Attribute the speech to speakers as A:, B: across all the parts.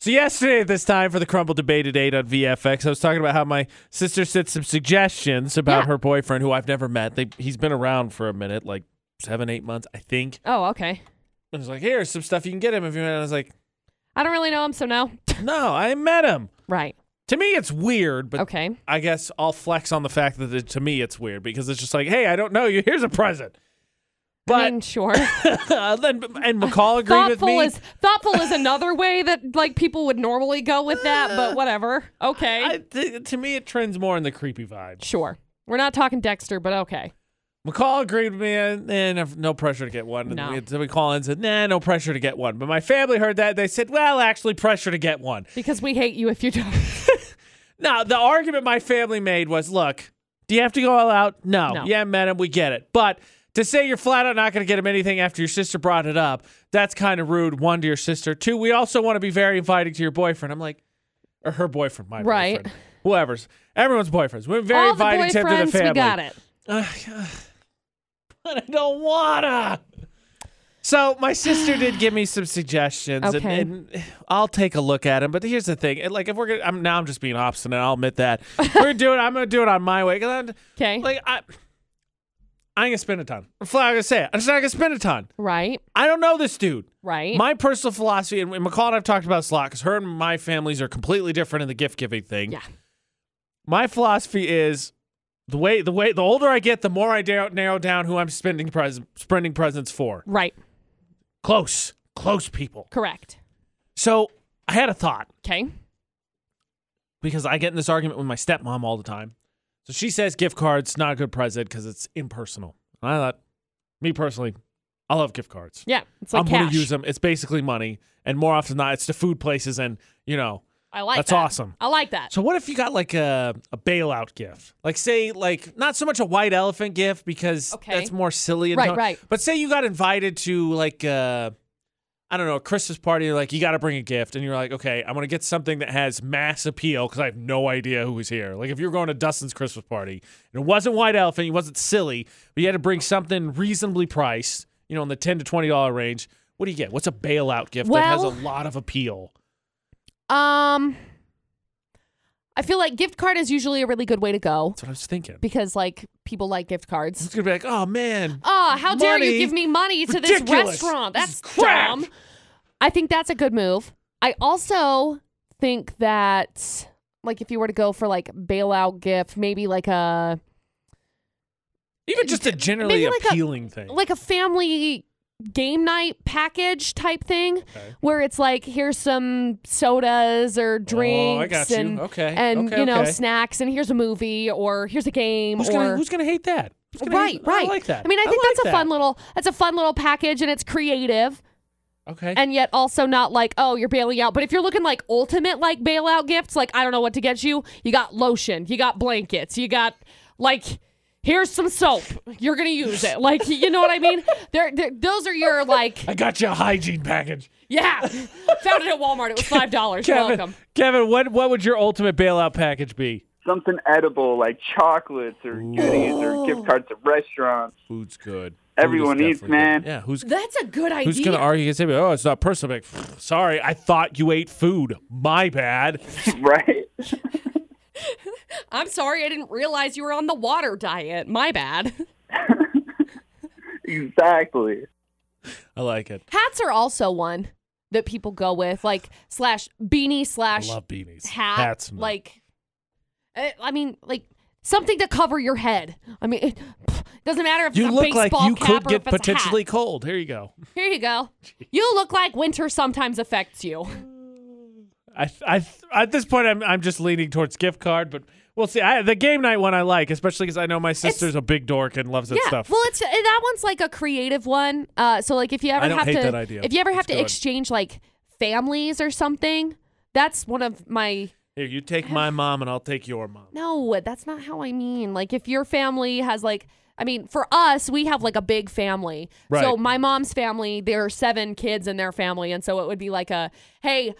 A: So yesterday at this time for the Crumble debate at eight on VFX, I was talking about how my sister sent some suggestions about
B: Yeah.
A: her boyfriend, who I've never met. They, he's been around for a minute, like seven, eight months, I think.
B: Oh, okay.
A: I was like, "Here's some stuff you can get him if you want." And I was like,
B: I don't really know him, so no.
A: "No, I met him."
B: Right.
A: To me, it's weird, but
B: Okay.
A: I guess I'll flex on the fact that it, to me it's weird because it's just like, "Hey, I don't know you. Here's a present." But
B: I mean, sure.
A: then and McCall agreed with
B: thoughtful
A: me.
B: is thoughtful is another way that like people would normally go with that, but whatever. Okay.
A: I, th- to me, it trends more in the creepy vibe.
B: sure. We're not talking Dexter, but okay.
A: McCall agreed with me, and, and no pressure to get one.
B: No.
A: And we- so we call and said, nah, no pressure to get one. But my family heard that. They said, well, actually, pressure to get one.
B: Because we hate you if you don't.
A: Now, the argument my family made was, look, do you have to go all out? No.
B: No.
A: Yeah, met him. We get it. But to say you're flat out not going to get him anything after your sister brought it up, that's kind of rude. One, to your sister. Two, we also want to be very inviting to your boyfriend. I'm like, or her boyfriend, my
B: Right.
A: boyfriend. Whoever's. Everyone's boyfriends. We're very
B: All the
A: inviting to him to
B: boyfriends,
A: the family.
B: we got it.
A: Ugh, ugh. but I don't wanna. So my sister did give me some suggestions, and-
B: Okay.
A: and, I'll take a look at them. But here's the thing: and, like if we're gonna, I'm, now I'm just being obstinate. I'll admit that we're doing. I'm gonna do it on my way. 'cause I'm-
B: Okay.
A: like I, I ain't gonna spend a ton. I'm flat out gonna say it. I'm just not gonna spend a ton.
B: right.
A: I don't know this dude.
B: Right.
A: My personal philosophy, and and McCall and I've talked about this a lot because her and my families are completely different in the gift giving thing.
B: Yeah.
A: My philosophy is the way the way the older I get, the more I narrow, narrow down who I'm spending pres- spending presents for.
B: right.
A: Close, close people.
B: Correct.
A: So I had a thought
B: Okay.
A: because I get in this argument with my stepmom all the time. So she says gift cards not a good present because it's impersonal. And I thought, me personally, I love gift cards.
B: Yeah. It's like
A: I'm
B: cash.
A: gonna use them. It's basically money, and more often than not, it's to food places and you know
B: I like
A: That's
B: that.
A: awesome.
B: I like that.
A: So what if you got like a, a bailout gift? Like say like not so much a white elephant gift because
B: Okay.
A: that's more silly and
B: Right,
A: dumb,
B: right.
A: But say you got invited to like uh I don't know, a Christmas party, you're like you got to bring a gift and you're like, "Okay, I'm going to get something that has mass appeal cuz I have no idea who was here." Like if you're going to Dustin's Christmas party and it wasn't white elephant, you wasn't silly, but you had to bring something reasonably priced, you know, in the 10 to 20 dollar range. What do you get? What's a bailout gift that has a
B: Well-
A: lot of appeal?
B: Um I feel like gift card is usually a really good way to go
A: That's what I was thinking.
B: because like people like gift cards.
A: It's going to be like, "Oh man,
B: Oh, how dare
A: Money.
B: you give me money to this
A: Ridiculous.
B: restaurant?
A: This
B: That's
A: is crap.
B: dumb. I think that's a good move. I also think that like if you were to go for like bailout gift, maybe like a
A: Even just a generally
B: like a-
A: appealing thing.
B: like a family game night package type thing where it's like here's some sodas or drinks
A: Oh, I got you.
B: and
A: Okay.
B: and
A: Okay,
B: you know
A: okay.
B: snacks and here's a movie or here's a game
A: Who's
B: or
A: gonna, who's gonna hate that? Who's gonna
B: right
A: hate-
B: right
A: I like that.
B: I mean I think
A: like
B: that's a
A: that.
B: fun little that's a fun little package and it's creative
A: Okay.
B: and yet also not like oh you're bailing out but if you're looking like ultimate like bailout gifts like i don't know what to get you you got lotion you got blankets you got like here's some soap you're gonna use it like you know what i mean there there- those are your like
A: I got you a hygiene package,
B: yeah found it at walmart it was five dollars you're
A: Kevin.
B: welcome
A: Kevin, what what would your ultimate bailout package be?
C: something edible like chocolates or goodies or gift cards at restaurants.
A: Food's good.
C: Everyone eats, man.
A: Yeah. Who's
B: that's a good idea
A: who's gonna argue against it? Oh, it's not personal. Like, sorry, I thought you ate food. My bad.
C: right?
B: i'm sorry i didn't realize you were on the water diet my bad
C: Exactly.
A: I like it.
B: hats are also one that people go with like slash beanie
A: I
B: slash
A: love beanies.
B: hat,
A: Hats. no.
B: like eh, I mean, like something to cover your head. I mean, it pff, doesn't matter if
A: you
B: it's a
A: look like
B: baseball
A: you
B: cap
A: could
B: or
A: get
B: if it's a hat.
A: potentially cold. Here you go.
B: Here you go. You look like winter sometimes affects you.
A: I, I, at this point, I'm, I'm just leaning towards gift card, but we'll see. I, the game night one I like, especially because I know my sister's a big dork and loves that
B: yeah.
A: stuff.
B: Well, it's eh, that one's like a creative one. Uh, so like if you ever
A: don't
B: have
A: hate
B: to,
A: that idea.
B: if you ever have
A: It's
B: to
A: good.
B: exchange like families or something, that's one of my.
A: Here, you take my mom and I'll take your mom.
B: No, that's not how I mean. Like if your family has like I mean, for us, we have like a big family. So
A: Right.
B: my mom's family, there are seven kids in their family, and so it would be like a hey,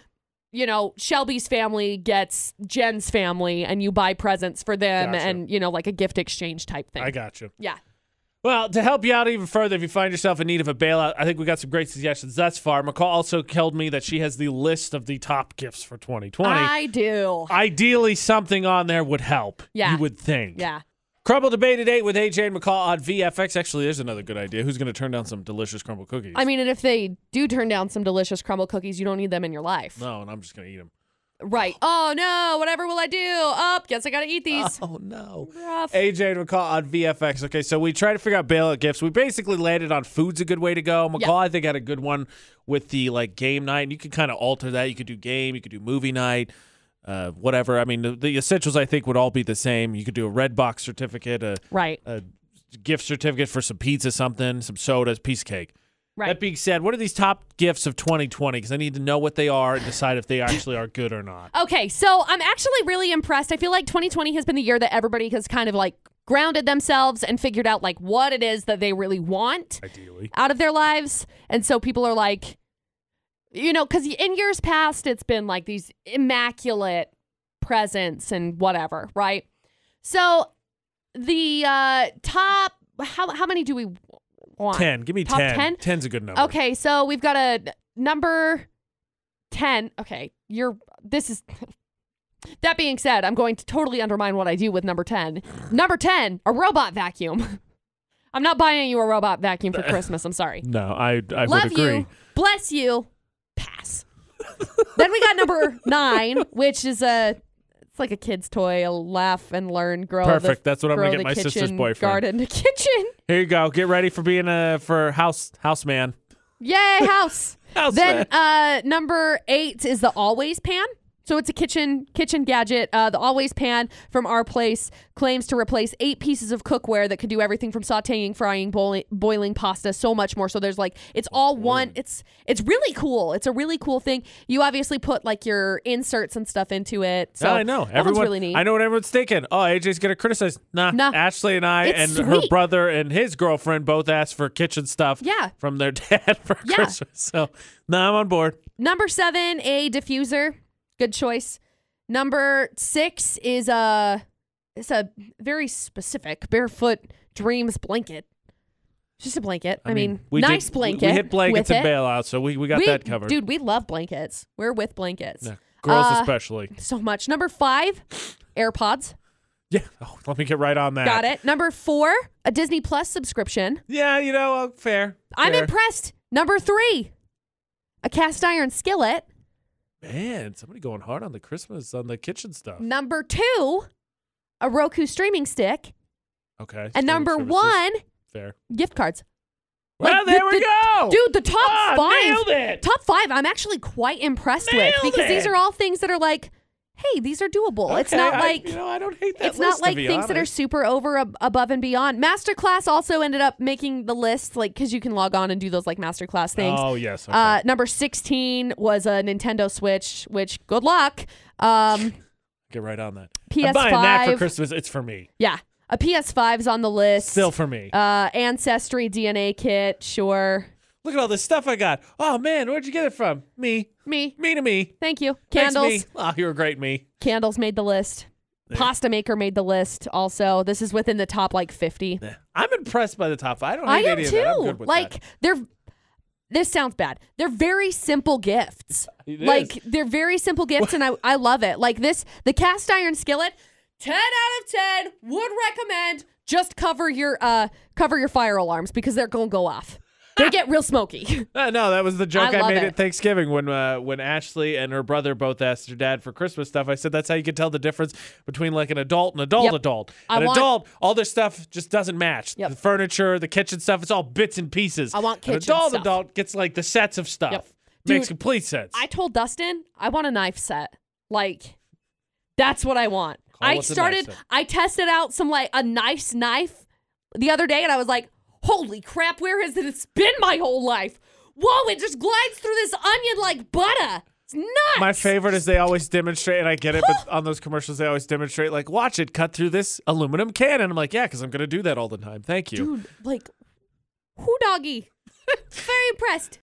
B: you know, Shelby's family gets Jen's family and you buy presents for them
A: Gotcha.
B: and you know, like a gift exchange type thing.
A: I got you.
B: yeah.
A: Well, to help you out even further, if you find yourself in need of a bailout, I think we got some great suggestions thus far. McCall also told me that she has the list of the top gifts for 2020.
B: I do.
A: Ideally, something on there would help.
B: Yeah.
A: You would think.
B: Yeah.
A: Crumble debate at 8 with AJ and McCall on VFX. Actually, there's another good idea. Who's going to turn down some delicious crumble cookies?
B: I mean, and if they do turn down some delicious crumble cookies, you don't need them in your life.
A: no, and I'm just going to eat them.
B: Right. Oh, no. Whatever will I do? Up. guess I got to eat these.
A: Oh, no.
B: Rough.
A: AJ and McCall on VFX. Okay, so we tried to figure out bailout gifts. We basically landed on food's a good way to go. McCall,
B: Yeah.
A: I think, had a good one with the like game night. And you could kind of alter that. You could do game, you could do movie night, uh, whatever. I mean, the, the essentials I think would all be the same. You could do a red box certificate, a,
B: Right.
A: a gift certificate for some pizza, something, some sodas, piece of cake. That
B: Right.
A: being said, what are these top gifts of 2020? Because I need to know what they are and decide if they actually are good or not.
B: Okay, so I'm actually really impressed. I feel like 2020 has been the year that everybody has kind of like grounded themselves and figured out like what it is that they really want
A: Ideally,
B: out of their lives. And so people are like, you know, because in years past, it's been like these immaculate presents and whatever, right? So the uh top, how, how many do we want?
A: ten. Give me
B: Top
A: ten.
B: 10?
A: Ten's a good number.
B: Okay, so we've got a number 10. Okay, you're this is That being said, I'm going to totally undermine what I do with number 10. Number 10, a robot vacuum. I'm not buying you a robot vacuum for Christmas. I'm sorry.
A: No, I I
B: Love
A: would agree.
B: you. Bless you. Pass. then we got number 9, which is a it's like a kid's toy, a laugh and learn, grow. the-
A: Perfect. That's what I'm
B: grow
A: gonna get
B: the
A: my sister's
B: kitchen,
A: boyfriend.
B: Garden the kitchen.
A: Here you go. Get ready for being a for house house man.
B: Yay, house.
A: House
B: Then uh, number eight is the always pan. So it's a kitchen kitchen gadget. Uh, the always pan from our place claims to replace eight pieces of cookware that can do everything from sautéing, frying, boiling, boiling pasta, so much more. So there's like it's all one. It's it's really cool. It's a really cool thing. You obviously put like your inserts and stuff into it. So
A: Yeah, I know.
B: Oh, that one's
A: Everyone,
B: really neat.
A: I know what everyone's thinking. Oh, AJ's gonna criticize. Nah.
B: Nah.
A: Ashley and I and
B: It's
A: her
B: sweet.
A: brother and his girlfriend both asked for kitchen stuff.
B: Yeah.
A: From their dad for
B: Yeah.
A: Christmas. So, nah, I'm on board.
B: Number seven, a diffuser. Good choice. Number six is a it's a very specific barefoot dreams blanket. Just a blanket. I, mean,
A: we
B: nice
A: did- we-
B: blanket.
A: We hit blankets
B: with
A: and
B: it.
A: bailouts, so we, we got
B: We-
A: that covered.
B: Dude, we love blankets. We're with blankets.
A: Yeah, girls
B: uh,
A: especially.
B: So much. Number five, AirPods.
A: Yeah. Oh, let me get right on that.
B: Got it. Number four, a Disney Plus subscription.
A: Yeah, you know, uh, fair.
B: I'm
A: fair.
B: impressed. Number three, a cast iron skillet.
A: Man, somebody going hard on the Christmas on the kitchen stuff.
B: Number two, a Roku streaming stick.
A: Okay.
B: And
A: streaming
B: number
A: services.
B: one,
A: Fair.
B: gift cards.
A: Well,
B: Like,
A: there
B: the-
A: we
B: the-
A: go.
B: Dude, the top
A: Ah,
B: five.
A: Nailed it.
B: Top five, I'm actually quite impressed with
A: Nailed
B: because these
A: it.
B: are all things that are like, hey, these are doable. it's
A: Okay,
B: not
A: I-
B: like.
A: you know, I don't hate that.
B: it's not
A: list, to
B: like
A: be
B: things that are
A: honest.
B: super over ab- above and beyond. Masterclass also ended up making the list, like because you can log on and do those like masterclass things.
A: Oh yes. Okay.
B: Uh, number sixteen was a Nintendo Switch, which good luck. Um,
A: Get right on that. I'm buying that for
B: PS5,
A: Christmas. It's for me.
B: yeah, a PS5's on the list.
A: Still for me.
B: uh, ancestry DNA kit. Sure,
A: Look at all this stuff I got. Oh man, where'd you get it from? Me.
B: me.
A: Me to me.
B: Thank you.
A: Thanks,
B: Candles.
A: me. Oh, you're a great me.
B: Candles made the list. Pasta maker made the list. Also, this is within the top like fifty.
A: Eh. I'm impressed by the top five. I don't
B: I
A: hate
B: am
A: any of that. I'm
B: too.
A: good with
B: Like
A: that.
B: they're. This sounds bad. They're very simple gifts.
A: It
B: like
A: is.
B: they're very simple gifts, and I I love it. Like this, the cast iron skillet. Ten out of ten would recommend. Just cover your uh cover your fire alarms because they're gonna go off. They get real smoky.
A: Uh, no, that was the joke
B: I
A: I,
B: love
A: made
B: it.
A: at Thanksgiving when uh, when Ashley and her brother both asked their dad for Christmas stuff. I said that's how you can tell the difference between like an adult and adult
B: Yep.
A: adult.
B: I
A: An
B: want-
A: adult, all their stuff just doesn't match.
B: Yep.
A: The furniture, the kitchen stuff, it's all bits and pieces.
B: I want
A: An
B: kitchen
A: adult
B: stuff.
A: adult gets like the sets of stuff.
B: Yep.
A: Makes
B: Dude,
A: complete sense.
B: I told Dustin I want a knife set. Like that's what I want.
A: Call
B: I
A: it a knife
B: started
A: set.
B: I tested out some like a nice knife the other day and I was like, "Holy crap, where has this been my whole life? Whoa, it just glides through this onion like butter. It's nuts."
A: My favorite is they always demonstrate, and I get it, but on those commercials, they always demonstrate, like, watch it cut through this aluminum can. And I'm like, yeah, because I'm going to do that all the time. Thank you.
B: Dude, like who doggy? Very impressed.